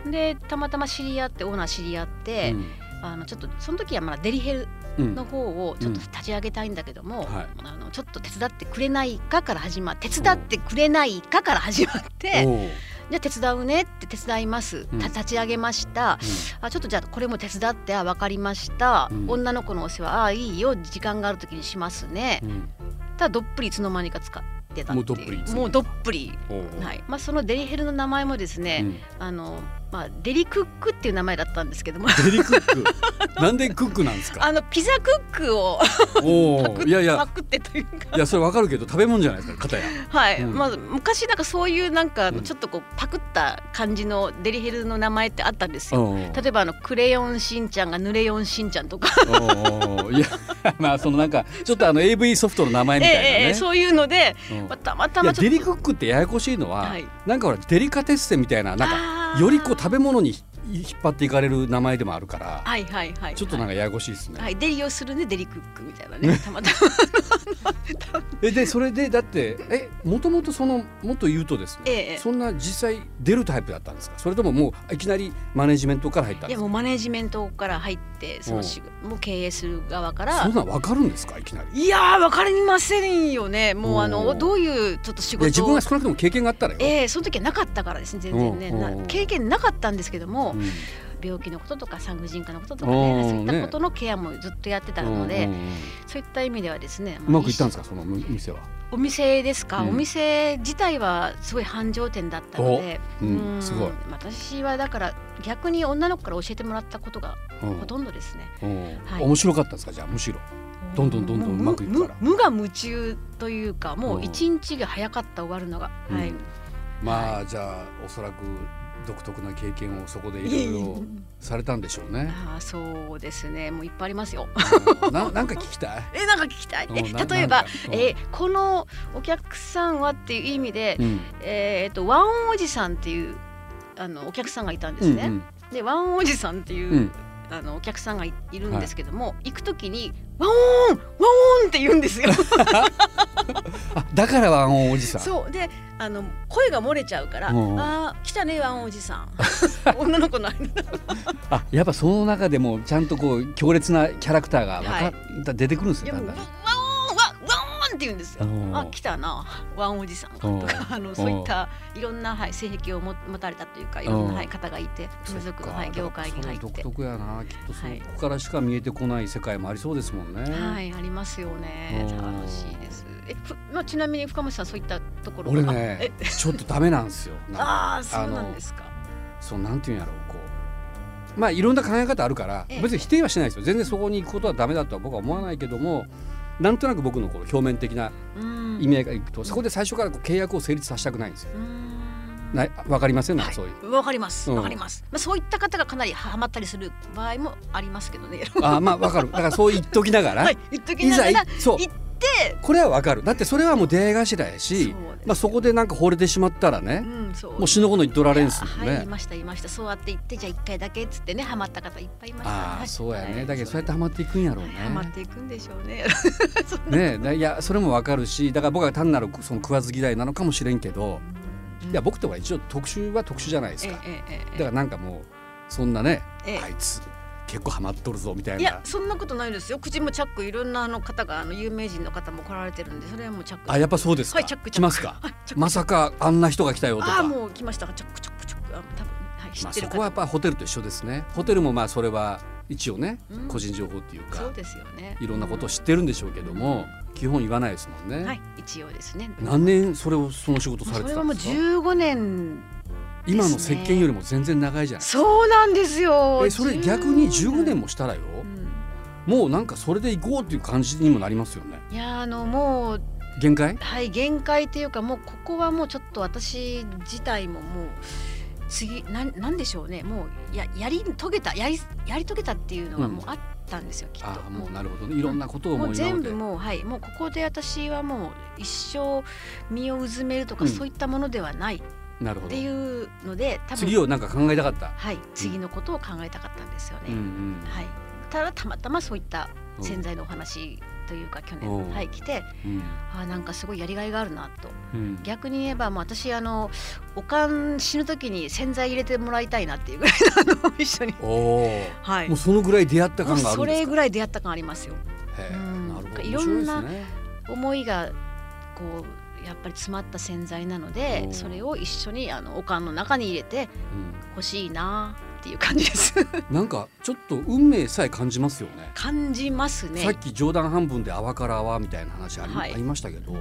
Speaker 3: でたまたま知り合ってオーナー知り合って、あのちょっとその時はまだデリヘル
Speaker 2: うんうん
Speaker 3: の方をちょっと立ち上げたいんだけども、
Speaker 2: はい
Speaker 3: あのちょっと手伝ってくれないかから始まって手伝ってくれないかから始まって
Speaker 2: おう
Speaker 3: じゃあ手伝うねって手伝います、
Speaker 2: うん
Speaker 3: た立ち上げましたあちょっとじゃあこれも手伝ってあ分かりました、
Speaker 2: うん
Speaker 3: 女の子のお世話あいいよ時間がある時にしますね、
Speaker 2: うんうん
Speaker 3: ただどっぷりいつの間にか使ってた
Speaker 2: もう
Speaker 3: っていう
Speaker 2: どっぷりいつの間にか
Speaker 3: もうどっぷり
Speaker 2: おう
Speaker 3: はいまあ、そのデリヘルの名前もですね、
Speaker 2: うん
Speaker 3: あのまあ、デリクックっていう名前だったんですけども
Speaker 2: デリクッ
Speaker 3: [LAUGHS]
Speaker 2: クなんでクックなんですか
Speaker 3: あのピザクックを
Speaker 2: お
Speaker 3: パク
Speaker 2: ういやいや
Speaker 3: パクってというか
Speaker 2: いやそれわかるけど食べ物じゃないですか片や
Speaker 3: はい、
Speaker 2: うん
Speaker 3: まあ、昔なんかそういうなんかあの
Speaker 2: うん
Speaker 3: ちょっとこうパクった感じのデリヘルの名前ってあったんですよ。
Speaker 2: おうおう
Speaker 3: 例えばあのクレヨンしんちゃんがぬれよんしんちゃんとか、
Speaker 2: おうおういや [LAUGHS] まあそのなんかちょっとあの AV ソフトの名前みたいなね、
Speaker 3: ええええそういうので、
Speaker 2: うん
Speaker 3: まあ、たまた
Speaker 2: いや
Speaker 3: まちょ
Speaker 2: デ
Speaker 3: っと
Speaker 2: リクックってややこしいのは、
Speaker 3: はい
Speaker 2: なんかほらデリカテッセみたいななん
Speaker 3: あ
Speaker 2: か
Speaker 3: ー
Speaker 2: よりこう食べ物に引っ張っていかれる名前でもあるから
Speaker 3: はいはいはい
Speaker 2: ちょっとなんかややこしいですね。
Speaker 3: はいデリをするねデリクックみたいな
Speaker 2: [LAUGHS]
Speaker 3: ねたまたま
Speaker 2: えでそれでだってえもともとそのもっと言うとですね、
Speaker 3: ええええ
Speaker 2: そんな実際出るタイプだったんですかそれとももういきなりマネジメントから入ったん
Speaker 3: い
Speaker 2: で
Speaker 3: や
Speaker 2: す
Speaker 3: も
Speaker 2: か
Speaker 3: うマネジメントから入ってその仕事もう経営する側から
Speaker 2: そんなん分かるんですかいきなり。い
Speaker 3: いやー分かりませんよねもうあ
Speaker 2: お
Speaker 3: の
Speaker 2: ー
Speaker 3: どういうちょっと仕
Speaker 2: や自
Speaker 3: 事
Speaker 2: 分
Speaker 3: を
Speaker 2: は少なくとも経験があったらよ。
Speaker 3: ええその時はなかったからですね全然ね
Speaker 2: うんうん
Speaker 3: な経験なかったんですけども
Speaker 2: うん
Speaker 3: 病気のこととか産婦人科のこととか
Speaker 2: うん
Speaker 3: ねそういっ
Speaker 2: ね
Speaker 3: たことのケアもずっとやってたので、
Speaker 2: うんうんうん
Speaker 3: そういった意味ではですね
Speaker 2: うまくいったんですすかその店は。
Speaker 3: お店ですか、
Speaker 2: うん
Speaker 3: お店自体はすごい繁盛店だったので、
Speaker 2: う、
Speaker 3: うん
Speaker 2: すごい。
Speaker 3: 私はだから逆に女の子から教えてもらったことが
Speaker 2: うん
Speaker 3: ほとんどですね。
Speaker 2: うん
Speaker 3: はい
Speaker 2: 面白かったですかじゃあむしろ。どんどんどんどんうまくいくから
Speaker 3: もう無無無我夢中というかも
Speaker 2: うん
Speaker 3: う一日が早かった終わるのが、
Speaker 2: うん
Speaker 3: はい
Speaker 2: まあじゃあおそらく独特な経験をそこでいろいろされたんでしょうね。
Speaker 3: [LAUGHS] ああそうですねもういっぱいありま
Speaker 2: [LAUGHS]
Speaker 3: すよ
Speaker 2: うんななんか聞きたい。
Speaker 3: えなんか聞きたいえ
Speaker 2: うんな
Speaker 3: 例え
Speaker 2: なん
Speaker 3: ば
Speaker 2: かうん
Speaker 3: えこのお客さんはっていう意味で、
Speaker 2: うん
Speaker 3: えー、とワンおじさんっていうあのお客さんがいたんですね、
Speaker 2: うん
Speaker 3: でワンおじさんっていう、
Speaker 2: うん
Speaker 3: あのお客さんがいいるんですけども、行く時にワンオンワンオンって言うんですよ
Speaker 2: あだからワンオンおじさん。
Speaker 3: [LAUGHS] そうであの声が漏れちゃうから
Speaker 2: う
Speaker 3: 「
Speaker 2: ん
Speaker 3: あー来たねワンおじさん」 [LAUGHS] 女の子の間
Speaker 2: あやっぱその中でもちゃんとこう強烈なキャラクターがわか、
Speaker 3: はい
Speaker 2: だ出てくるんです
Speaker 3: で
Speaker 2: よ。だん
Speaker 3: も「ワ
Speaker 2: だん
Speaker 3: ンオンワンワンオン」って言うんですよ。
Speaker 2: うん
Speaker 3: あ来たなワンおじさんが
Speaker 2: うん
Speaker 3: とかあのそういったいろんな、はい、性癖をも持たれたというかいろん
Speaker 2: うん
Speaker 3: な、はい、方がいて
Speaker 2: そ
Speaker 3: 風
Speaker 2: っ
Speaker 3: 俗
Speaker 2: か
Speaker 3: の、はい、業界に入っ
Speaker 2: そう
Speaker 3: て
Speaker 2: 独。特やなきっとそ
Speaker 3: はい
Speaker 2: こからしか見えてこない世界もありそうですもんね。
Speaker 3: はい、ありますよね。
Speaker 2: うん
Speaker 3: 楽しいです。え、ふまあ、ちなみに深町さん、そういったところ。
Speaker 2: 俺
Speaker 3: あ
Speaker 2: ねちょっとダメなんですよ。なんか
Speaker 3: ああ、そうなんですか。
Speaker 2: そうなんていうんやろうこうまあいろんな考え方あるから
Speaker 3: ええ
Speaker 2: 別に否定はしないですよ全然そこに行くことはダメだとは僕は思わないけどもなんとなく僕のこの表面的な
Speaker 3: うん
Speaker 2: 意味合いがいくとそこで最初からこう契約を成立させたくないんですよ
Speaker 3: うーん
Speaker 2: ないわかりませんね、
Speaker 3: はい
Speaker 2: そういう。
Speaker 3: わかります
Speaker 2: うん
Speaker 3: わかります、まあ、そういった方がかなりハマったりする場合もありますけどね
Speaker 2: あーまあわかるだからそう言っときながら、、
Speaker 3: はいい言っときながら
Speaker 2: ざそう
Speaker 3: 行って
Speaker 2: これはわかるだってそれはもう出会い頭やし
Speaker 3: そうです
Speaker 2: まあ、そこでなんか惚れてしまったら
Speaker 3: う
Speaker 2: ね、
Speaker 3: んそ
Speaker 2: も
Speaker 3: う
Speaker 2: う死ぬほど言っとられんすもん
Speaker 3: いやはい
Speaker 2: ね
Speaker 3: い。ましたいましたそうやって言ってじゃあ一回だけっつってねハマった方いっぱいいました、
Speaker 2: ああそうやね、だけどそうやって
Speaker 3: ハ
Speaker 2: ハマっていくんやろうね。
Speaker 3: ハマっていくんでしょうねそんな
Speaker 2: ねえだいやそれもわかるしだから僕は単なるその食わず嫌いなのかもしれんけど、いや僕とは一応特殊は特殊じゃないです
Speaker 3: ええ
Speaker 2: か、
Speaker 3: え
Speaker 2: だ
Speaker 3: え
Speaker 2: からなんかもうそんなね、
Speaker 3: ええ
Speaker 2: あいつ結構ハマっとるぞみたい
Speaker 3: いや
Speaker 2: な
Speaker 3: そんなことないですよ口もチャックいろんなあの方があの有名人の方も来られてるんでそれはもうチャック
Speaker 2: あやっぱそうですか、
Speaker 3: はいチャックチャック
Speaker 2: 来ます
Speaker 3: [LAUGHS]
Speaker 2: か
Speaker 3: はいチャック
Speaker 2: まさかあんな人が来たよと
Speaker 3: あ
Speaker 2: か
Speaker 3: あもう来ましたチャックチャックチャックあ多分はい知
Speaker 2: ま
Speaker 3: っ
Speaker 2: あ、
Speaker 3: て
Speaker 2: そ
Speaker 3: る
Speaker 2: こは
Speaker 3: 方、
Speaker 2: やっぱホテルと一緒ですねホテルもまあそれは一応ね、
Speaker 3: うん
Speaker 2: 個人情報っていう
Speaker 3: そ
Speaker 2: か
Speaker 3: うですよね
Speaker 2: いろんなことを知ってるんでしょうけども、基本言わないですもんね、
Speaker 3: はい一応ですね
Speaker 2: 何年それをその仕事
Speaker 3: もう
Speaker 2: され
Speaker 3: そ
Speaker 2: て
Speaker 3: れ
Speaker 2: た
Speaker 3: は
Speaker 2: ん
Speaker 3: もう
Speaker 2: ですか
Speaker 3: 15年
Speaker 2: 今の石鹸よりも全然長いじゃない
Speaker 3: そうなんですよ
Speaker 2: えそれ逆に15年
Speaker 3: も、
Speaker 2: もしたらよ、
Speaker 3: うん
Speaker 2: もうなんかそれで行こうっていう感じにもなりますよね
Speaker 3: いやあのもう
Speaker 2: 限界
Speaker 3: はい限界っていうかもうここはもうちょっと私自体ももう次なんなんでしょうねもうややり遂げたやりやり遂げたっていうのは
Speaker 2: うん
Speaker 3: もうあったんですよ、きっ
Speaker 2: あ
Speaker 3: と
Speaker 2: あもうなるほどねいろんなことを
Speaker 3: も
Speaker 2: もう
Speaker 3: う
Speaker 2: 今
Speaker 3: 全
Speaker 2: まで
Speaker 3: 部もうはいもうここで私はもう一生身をうずめるとか、
Speaker 2: うん
Speaker 3: そういったものではないっ
Speaker 2: なるほど
Speaker 3: ていうので多分
Speaker 2: 次をなんか考えたかった、
Speaker 3: はい次のことを考えたかったんですよね、
Speaker 2: うんうん
Speaker 3: はいただたまたまそういった
Speaker 2: うん
Speaker 3: 潜在のお話というか去
Speaker 2: お
Speaker 3: 年
Speaker 2: う
Speaker 3: はい来て
Speaker 2: うん
Speaker 3: あーなんかすごいやりがいがあるなと
Speaker 2: うん
Speaker 3: 逆に言えばもう私あのおかん死ぬ時に洗剤入れてもらいたいなっていうぐらいのあの一緒に
Speaker 2: おお、
Speaker 3: はい
Speaker 2: もうそのぐらい出会った
Speaker 3: もう
Speaker 2: 感がある
Speaker 3: そ
Speaker 2: んです
Speaker 3: れ
Speaker 2: か
Speaker 3: ぐらい出会った感ありますよ
Speaker 2: へえ
Speaker 3: うん
Speaker 2: なるほど
Speaker 3: い
Speaker 2: 面
Speaker 3: ろ
Speaker 2: 白い
Speaker 3: ん
Speaker 2: で
Speaker 3: な
Speaker 2: すね
Speaker 3: 思いがこうやっぱり詰まった洗剤なので
Speaker 2: おー
Speaker 3: それを一緒にあのおかんの中に入れて欲しいなっていう感じです
Speaker 2: [LAUGHS] うん、なんかちょっと運命さえ感じますよね
Speaker 3: 感じますね
Speaker 2: さっき冗談半分で泡から泡みたいな話あり,、
Speaker 3: はい
Speaker 2: ありましたけど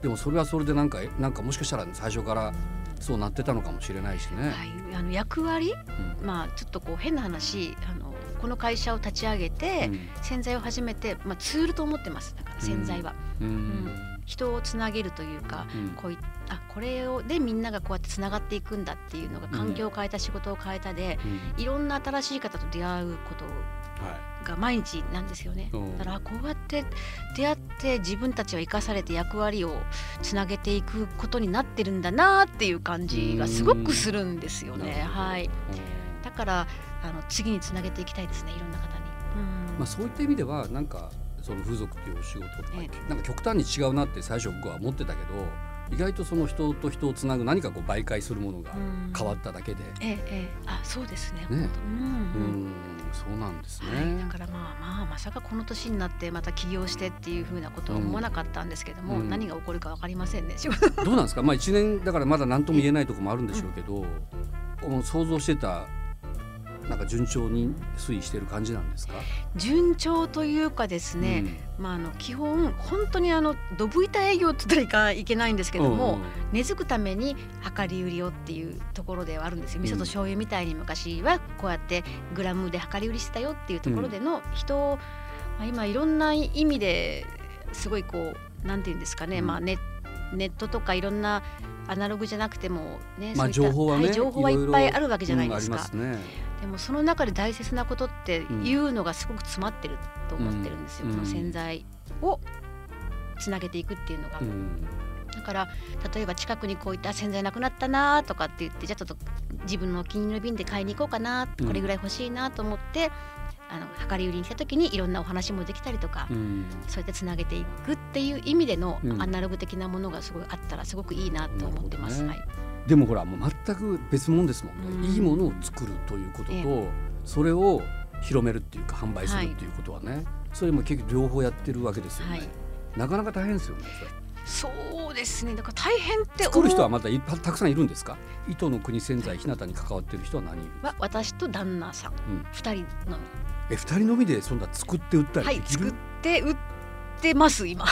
Speaker 2: でもそれはそれでなんかえなんかもしかしたら最初からそうなってたのかもしれないしね、
Speaker 3: はい、あの役割、
Speaker 2: う
Speaker 3: まあちょっとこう変な話あのこの会社を立ち上げて、
Speaker 2: うん
Speaker 3: 洗剤を始めて、まあ、ツールと思ってますだから洗剤は、
Speaker 2: うん
Speaker 3: 人をつなげるというか
Speaker 2: うん
Speaker 3: こういあこれをでみんながこうやってつながっていくんだっていうのが環境を変えた仕事を変えたで、
Speaker 2: うん
Speaker 3: いろんな新しい方と出会うこと
Speaker 2: はい
Speaker 3: が毎日なんですよね。
Speaker 2: うん
Speaker 3: だからこうやって出会って自分たちは生かされて役割をつなげていくことになってるんだなっていう感じがすごくするんですよね。
Speaker 2: うん
Speaker 3: はい、だからあの次につなげていきたいですねいろんな方に。うん
Speaker 2: まあ、そういった意味ではなんかその風俗っていうお仕事とか
Speaker 3: え
Speaker 2: なんか極端に違うなって最初僕は思ってたけど意外とその人と人をつなぐ何かこう媒介するものが
Speaker 3: うん
Speaker 2: 変わっただけで、
Speaker 3: ええええ、あそうですね。
Speaker 2: ね
Speaker 3: うん
Speaker 2: う
Speaker 3: うんん
Speaker 2: そうなんですね。
Speaker 3: はい、だからまあまあまさかこの年になってまた起業してっていうふうなことは思わなかったんですけども、
Speaker 2: うん
Speaker 3: 何が起こるかわかりませんね [LAUGHS] 仕事
Speaker 2: どうなんですか、まあ、1年だからまだ何とも言えないところもあるんでしょうけど、もう想像してたなんか順調に推移してる感じなんですか、
Speaker 3: 順調というかですね、まああの基本本当にあのドブ板営業って言ったらいかいけないんです
Speaker 2: う
Speaker 3: け
Speaker 2: ん
Speaker 3: ども、
Speaker 2: うん
Speaker 3: 根付くために量り売りをっていうところではあるんですよ
Speaker 2: うん
Speaker 3: 味噌と醤油みたいに昔はこうやってグラムで量り売りしてたよっていうところでの人を、まあ、今いろんな意味ですごいこうなんていうんですかね、
Speaker 2: うん
Speaker 3: まあ、ネネットとかいろんなアナログじゃなくてもね、
Speaker 2: まあ、
Speaker 3: そうい
Speaker 2: 情
Speaker 3: った
Speaker 2: 報はね、
Speaker 3: い、情報はいっぱいあるわけじゃないですか、
Speaker 2: うんありますね
Speaker 3: でもその中で大切なことっていうのがすごく詰まってると思ってるんですよ、
Speaker 2: うん
Speaker 3: この洗剤をつなげていくっていうのが。
Speaker 2: うん
Speaker 3: だから例えば近くにこういった洗剤なくなったなとかって言ってじゃあちょっと自分のお気に入りの瓶で買いに行こうかな
Speaker 2: うん
Speaker 3: これぐらい欲しいなと思って、あの量り売りにした時にいろんなお話もできたりとか、
Speaker 2: うん
Speaker 3: そうやってつなげていくっていう意味での
Speaker 2: うん
Speaker 3: アナログ的なものがすごいあったらすごくいいなと思ってます。
Speaker 2: な
Speaker 3: は
Speaker 2: る
Speaker 3: い、
Speaker 2: でもほらもう全く別物ですもんね、
Speaker 3: うん
Speaker 2: いいものを作るということと、
Speaker 3: え
Speaker 2: それを広めるっていうか販売するっていうことはね、それも結局両方やってるわけですよね、
Speaker 3: はい
Speaker 2: なかなか大変ですよねそれ
Speaker 3: そうですねだから大変って
Speaker 2: 作る人はまだいっぱいたくさんいるんですか糸の国洗剤日向に関わってる人は何人いる
Speaker 3: は私と旦那さん
Speaker 2: うん
Speaker 3: 2人のみ
Speaker 2: え二人のみでそんな作って売った
Speaker 3: は
Speaker 2: り
Speaker 3: い
Speaker 2: できる、
Speaker 3: 作って売ってます今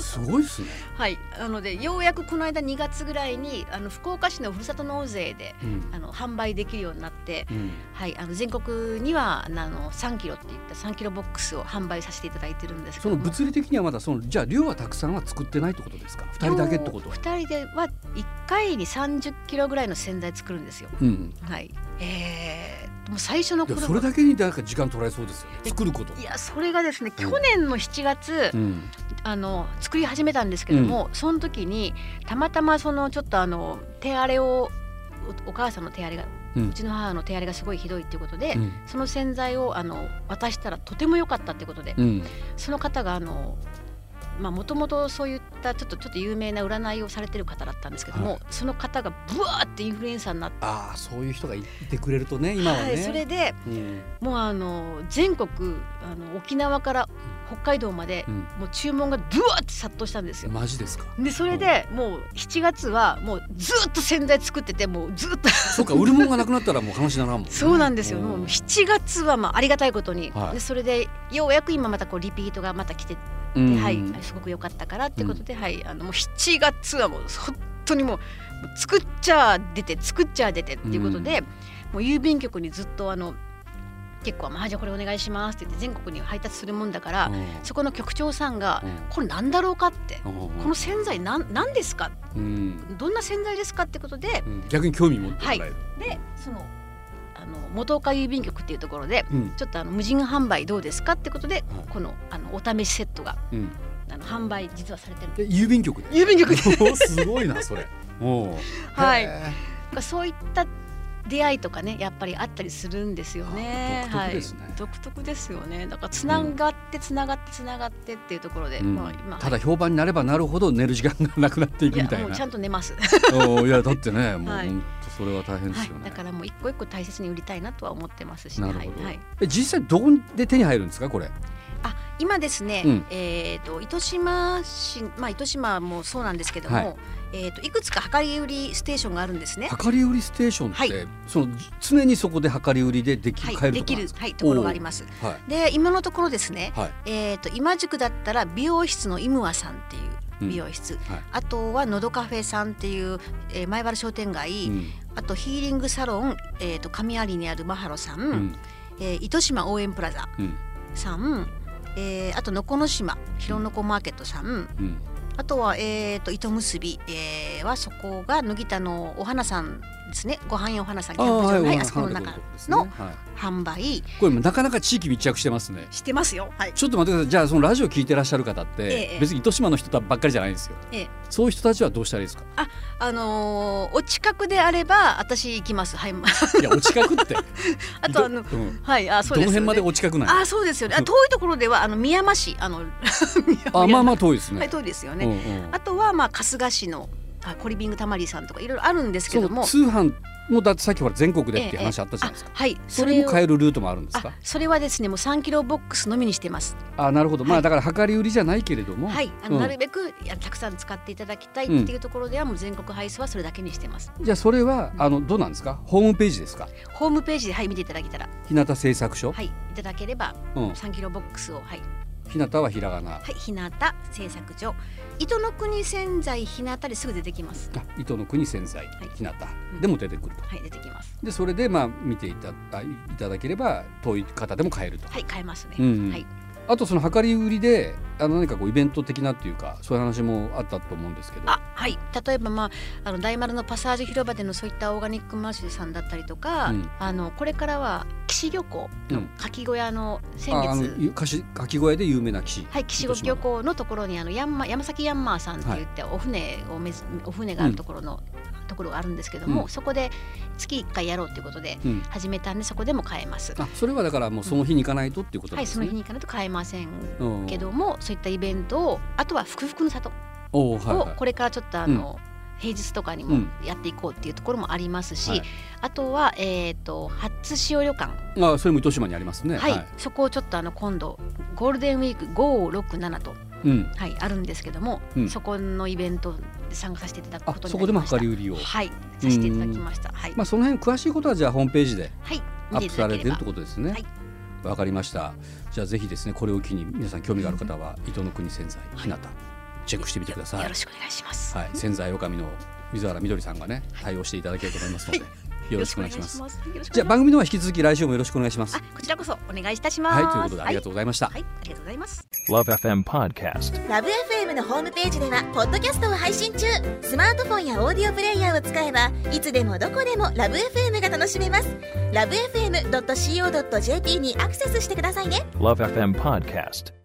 Speaker 2: すごい [LAUGHS] ですね。
Speaker 3: はいなのでようやくこの間2月ぐらいにあの福岡市のふるさと納税で
Speaker 2: うん
Speaker 3: あの販売できるようになって、
Speaker 2: うん
Speaker 3: はい、あの全国にはあの3キロっていった3キロボックスを販売させていただいてるんですけ
Speaker 2: そ
Speaker 3: ど
Speaker 2: の
Speaker 3: も
Speaker 2: 物理的にはまだそのじゃあ量はたくさんは作ってないってことですか。二人だけってこと。
Speaker 3: 2人では1回に30キロぐらいの洗剤作るんですよ。
Speaker 2: うん。
Speaker 3: はいえー、もう最初の
Speaker 2: いや
Speaker 3: 頃
Speaker 2: それだけになんか時間取られそうですよね。
Speaker 3: え
Speaker 2: 作ること。
Speaker 3: いやそれがですね去年の7月、
Speaker 2: うん。
Speaker 3: あの作り始めたんですけども、その時にたまたまそのちょっとあの手荒れをおお母さんの手荒れが、
Speaker 2: う
Speaker 3: うんちの母の手荒れがすごいひどいっていうことで、
Speaker 2: うん。
Speaker 3: その洗剤をあの渡したらとても良かったってことで、
Speaker 2: うん。
Speaker 3: その方があのまあもともとそういったちょっとちょっと有名な占いをされてる方だったんですけども、
Speaker 2: はい
Speaker 3: その方がブワーってインフルエンサーになって、
Speaker 2: ああそういう人がいてくれるとね今はね。
Speaker 3: はいそれで
Speaker 2: うん。
Speaker 3: もうあの全国あの沖縄から北海道まで、
Speaker 2: うん。
Speaker 3: もう注文がブワーって殺到したんですよ。
Speaker 2: マジですか。
Speaker 3: でそれでもう7月はもうずっと洗剤作っててもうずっと
Speaker 2: そうか売るもんがなくなったらもう話にならんもん、
Speaker 3: [LAUGHS] そうなんですよ、もう
Speaker 2: う
Speaker 3: 7月はまあありがたいことに、
Speaker 2: はい
Speaker 3: でそれでようやく今またこうリピートがまた来てて、
Speaker 2: うん
Speaker 3: はい
Speaker 2: うん、
Speaker 3: すごく良かったからってことで、はい、あのもう7月はもう本当にもうもう作っちゃ出て作っちゃ出てっていうことで、もう郵便局にずっとあの結構「まあじゃあこれお願いします」って言って全国に配達するもんだから、そこの局長さんが
Speaker 2: うん
Speaker 3: 「これなんだろうか?」って。
Speaker 2: うん
Speaker 3: この洗剤なんなんですか
Speaker 2: うん
Speaker 3: どんな洗剤ですかってことで
Speaker 2: うん逆に興味持ってもらえる、
Speaker 3: でそのあの元岡郵便局っていうところで
Speaker 2: うん
Speaker 3: ちょっとあの無人販売どうですかってことで、このあのお試しセットが
Speaker 2: うん、
Speaker 3: あの販売実はされてるんで
Speaker 2: で郵便局で
Speaker 3: 郵便局
Speaker 2: お [LAUGHS] すごいなそれおう
Speaker 3: はい
Speaker 2: へえ
Speaker 3: そういった出会いとかねやっぱりあったりするんですよね。
Speaker 2: あ独特ですね
Speaker 3: はい、独特ですよね。だからつながってつながってつながってっていうところで、
Speaker 2: うん
Speaker 3: まあ今
Speaker 2: ただ評判になればなるほど寝る時間がなくなってい
Speaker 3: い
Speaker 2: く
Speaker 3: や
Speaker 2: みたい
Speaker 3: もう
Speaker 2: な
Speaker 3: ちゃんと寝ます。
Speaker 2: おういやだって
Speaker 3: [LAUGHS]
Speaker 2: ねもう
Speaker 3: はい
Speaker 2: 本当それは大変で
Speaker 3: は
Speaker 2: す
Speaker 3: い
Speaker 2: よね、、
Speaker 3: だからもう一個一個大切に売りたいなとは思ってますし、
Speaker 2: なるほど
Speaker 3: はいはい、
Speaker 2: え実際どこで手に入るんですかこれ
Speaker 3: あ今ですね、
Speaker 2: うん
Speaker 3: えっ、と糸島市まあ糸島もそうなんですけども、
Speaker 2: はい
Speaker 3: い、えっ、といくつか量り売りステーションがあるんですね。
Speaker 2: 量り売りステーションって、
Speaker 3: はい
Speaker 2: その常にそこで量り売りででき、
Speaker 3: はい、
Speaker 2: 買えると
Speaker 3: で
Speaker 2: こ
Speaker 3: き
Speaker 2: なん
Speaker 3: る
Speaker 2: ですか
Speaker 3: はいところがあります。
Speaker 2: はい
Speaker 3: で今のところですね、
Speaker 2: はい
Speaker 3: えっ、と今宿だったら美容室のイムワさんっていう美容室、
Speaker 2: はい
Speaker 3: あとはのどカフェさんっていう、えー、前原商店街、
Speaker 2: うん
Speaker 3: あとヒーリングサロンえっ、と上有にあるマハロさん、
Speaker 2: うん
Speaker 3: えー糸島応援プラザ
Speaker 2: うん
Speaker 3: さん、えー、あとのこの島広のこマーケットさん
Speaker 2: うん
Speaker 3: あとは、えー、と糸結び、えーはそこが麦田のお花さんですねご飯屋お花さんキャンプ場の、はい、あそこの中の販売
Speaker 2: これもなかなか地域密着してますね
Speaker 3: してますよ。はい、
Speaker 2: ちょっと待ってくださいじゃあそのラジオ聞いてらっしゃる方っ
Speaker 3: え
Speaker 2: て
Speaker 3: え
Speaker 2: 別に糸島の人ばっかりじゃないんですよ
Speaker 3: ええ
Speaker 2: そういう人たちはどうしたらいい
Speaker 3: [LAUGHS]
Speaker 2: ですか
Speaker 3: あのーお近くであれば私行きます。はい、まあ
Speaker 2: いやお近くって
Speaker 3: あとあの
Speaker 2: どうん
Speaker 3: はいあ
Speaker 2: ど
Speaker 3: そう
Speaker 2: の
Speaker 3: です
Speaker 2: 辺
Speaker 3: よね
Speaker 2: までお近くない
Speaker 3: あそうですよね。あ遠いところではあの宮間市あの [LAUGHS]
Speaker 2: あまあ
Speaker 3: ま
Speaker 2: まあ遠いです
Speaker 3: はい
Speaker 2: ね
Speaker 3: 遠いですよ
Speaker 2: う
Speaker 3: ね。
Speaker 2: んうん
Speaker 3: あとはまあ春日市のあコリビングたまりさんとかいろいろあるんですけ
Speaker 2: そ
Speaker 3: ど
Speaker 2: の
Speaker 3: も、
Speaker 2: 通販もだってさっきほら全国でっていう話あったじゃないですか
Speaker 3: あはい
Speaker 2: それも
Speaker 3: を
Speaker 2: 買えるルートもあるんです
Speaker 3: あ
Speaker 2: か
Speaker 3: それはですねもう3キロボックスのみにしてます。
Speaker 2: あなるほどま
Speaker 3: は
Speaker 2: あ
Speaker 3: い
Speaker 2: だから量り売りじゃないけれども
Speaker 3: はい、あの
Speaker 2: うん
Speaker 3: なるべくいやたくさん使っていただきたいっていうところでは、もう全国配送はそれだけにしてます。
Speaker 2: じゃあそれはあのどうなんですかホームページですか
Speaker 3: ホームページではい見ていただけたら、
Speaker 2: 日向製作所
Speaker 3: はいいただければ
Speaker 2: うん
Speaker 3: 3キロボックスをはい
Speaker 2: 日向はひらがな
Speaker 3: はい日向製作所糸の国洗剤日向ですぐ出てきます。
Speaker 2: あ糸の国洗剤
Speaker 3: い
Speaker 2: 日向
Speaker 3: うん
Speaker 2: でも出てくると
Speaker 3: はい出てきます。
Speaker 2: でそれでまあ見ていたあいただければ遠い方でも買えると
Speaker 3: はい買えますね。
Speaker 2: うん
Speaker 3: はい
Speaker 2: あとその量り売りであの何かこうイベント的なっていうかそういう話もあったと思うんですけど
Speaker 3: あはい例えばまああの大丸のパサージュ広場でのそういったオーガニックマーシュさんだったりとか、
Speaker 2: うん
Speaker 3: あのこれからは岸漁港
Speaker 2: うん
Speaker 3: の牡蠣小屋の先
Speaker 2: ああの
Speaker 3: 月。
Speaker 2: ゆかしかき小屋で有名な岸
Speaker 3: はい、岸漁港のところにあのヤンマ山崎ヤンマーさんって言ってお船をめず、お船があるところの、ところがあるんですけども、
Speaker 2: うん
Speaker 3: そこで月1回やろうということで
Speaker 2: うん
Speaker 3: 始めたんでそこでも買えます。
Speaker 2: あそれはだからもうその日に行かないとっていうこと
Speaker 3: は
Speaker 2: なん
Speaker 3: い、
Speaker 2: で
Speaker 3: そ
Speaker 2: す
Speaker 3: の
Speaker 2: ね、
Speaker 3: 日に行かないと買えません
Speaker 2: うん
Speaker 3: けども、そういったイベントをあとは「ふくふくの里
Speaker 2: おー」はい
Speaker 3: を
Speaker 2: はい
Speaker 3: これからちょっとあの、平日とかにもやっていこうっていうところもありますし、
Speaker 2: はい
Speaker 3: あとは、えー、と初潮旅館、
Speaker 2: あそれも糸島にありますね
Speaker 3: はいそこをちょっとあの今度ゴールデンウィーク567と
Speaker 2: うん
Speaker 3: はい、あるんですけども、
Speaker 2: うん
Speaker 3: そこのイベントで参加させていただく
Speaker 2: あ
Speaker 3: ことに
Speaker 2: そ
Speaker 3: な
Speaker 2: こで
Speaker 3: り
Speaker 2: も
Speaker 3: ました
Speaker 2: 量り売りを
Speaker 3: はい、させていただきました。はい、
Speaker 2: まあその辺詳しいことはじゃあホームページで
Speaker 3: はい、
Speaker 2: ア
Speaker 3: 見て
Speaker 2: ッ
Speaker 3: い
Speaker 2: プ
Speaker 3: た
Speaker 2: さ
Speaker 3: だ
Speaker 2: れ
Speaker 3: け
Speaker 2: てる
Speaker 3: れ
Speaker 2: っ
Speaker 3: ば
Speaker 2: て。ことですね、
Speaker 3: はい
Speaker 2: わかりましたじゃあぜひですねこれを機に皆さん興味がある方は伊藤の国洗剤ひなたチェックしてみてくださ
Speaker 3: よ
Speaker 2: い
Speaker 3: ろしくお願いします。
Speaker 2: はい洗剤女将の水原みどりさんがね対応していただけると思いますのでよろしくお願いします
Speaker 3: よろくお願いします
Speaker 2: じゃあ番組の方は引き続き来週もよろしくお願いします
Speaker 3: あこちらこそお願いいたします。
Speaker 2: はいということでありがとうございました、
Speaker 3: はい、はいありがとうございます。
Speaker 4: Love FM Podcast.
Speaker 5: ラブ f m のホームページではポッドキャストを配信中スマートフォンやオーディオプレイヤーを使えばいつでもどこでもラブ f m が楽しめますラブ FM.co.jp にアクセスしてくださいね
Speaker 4: Love FM Podcast.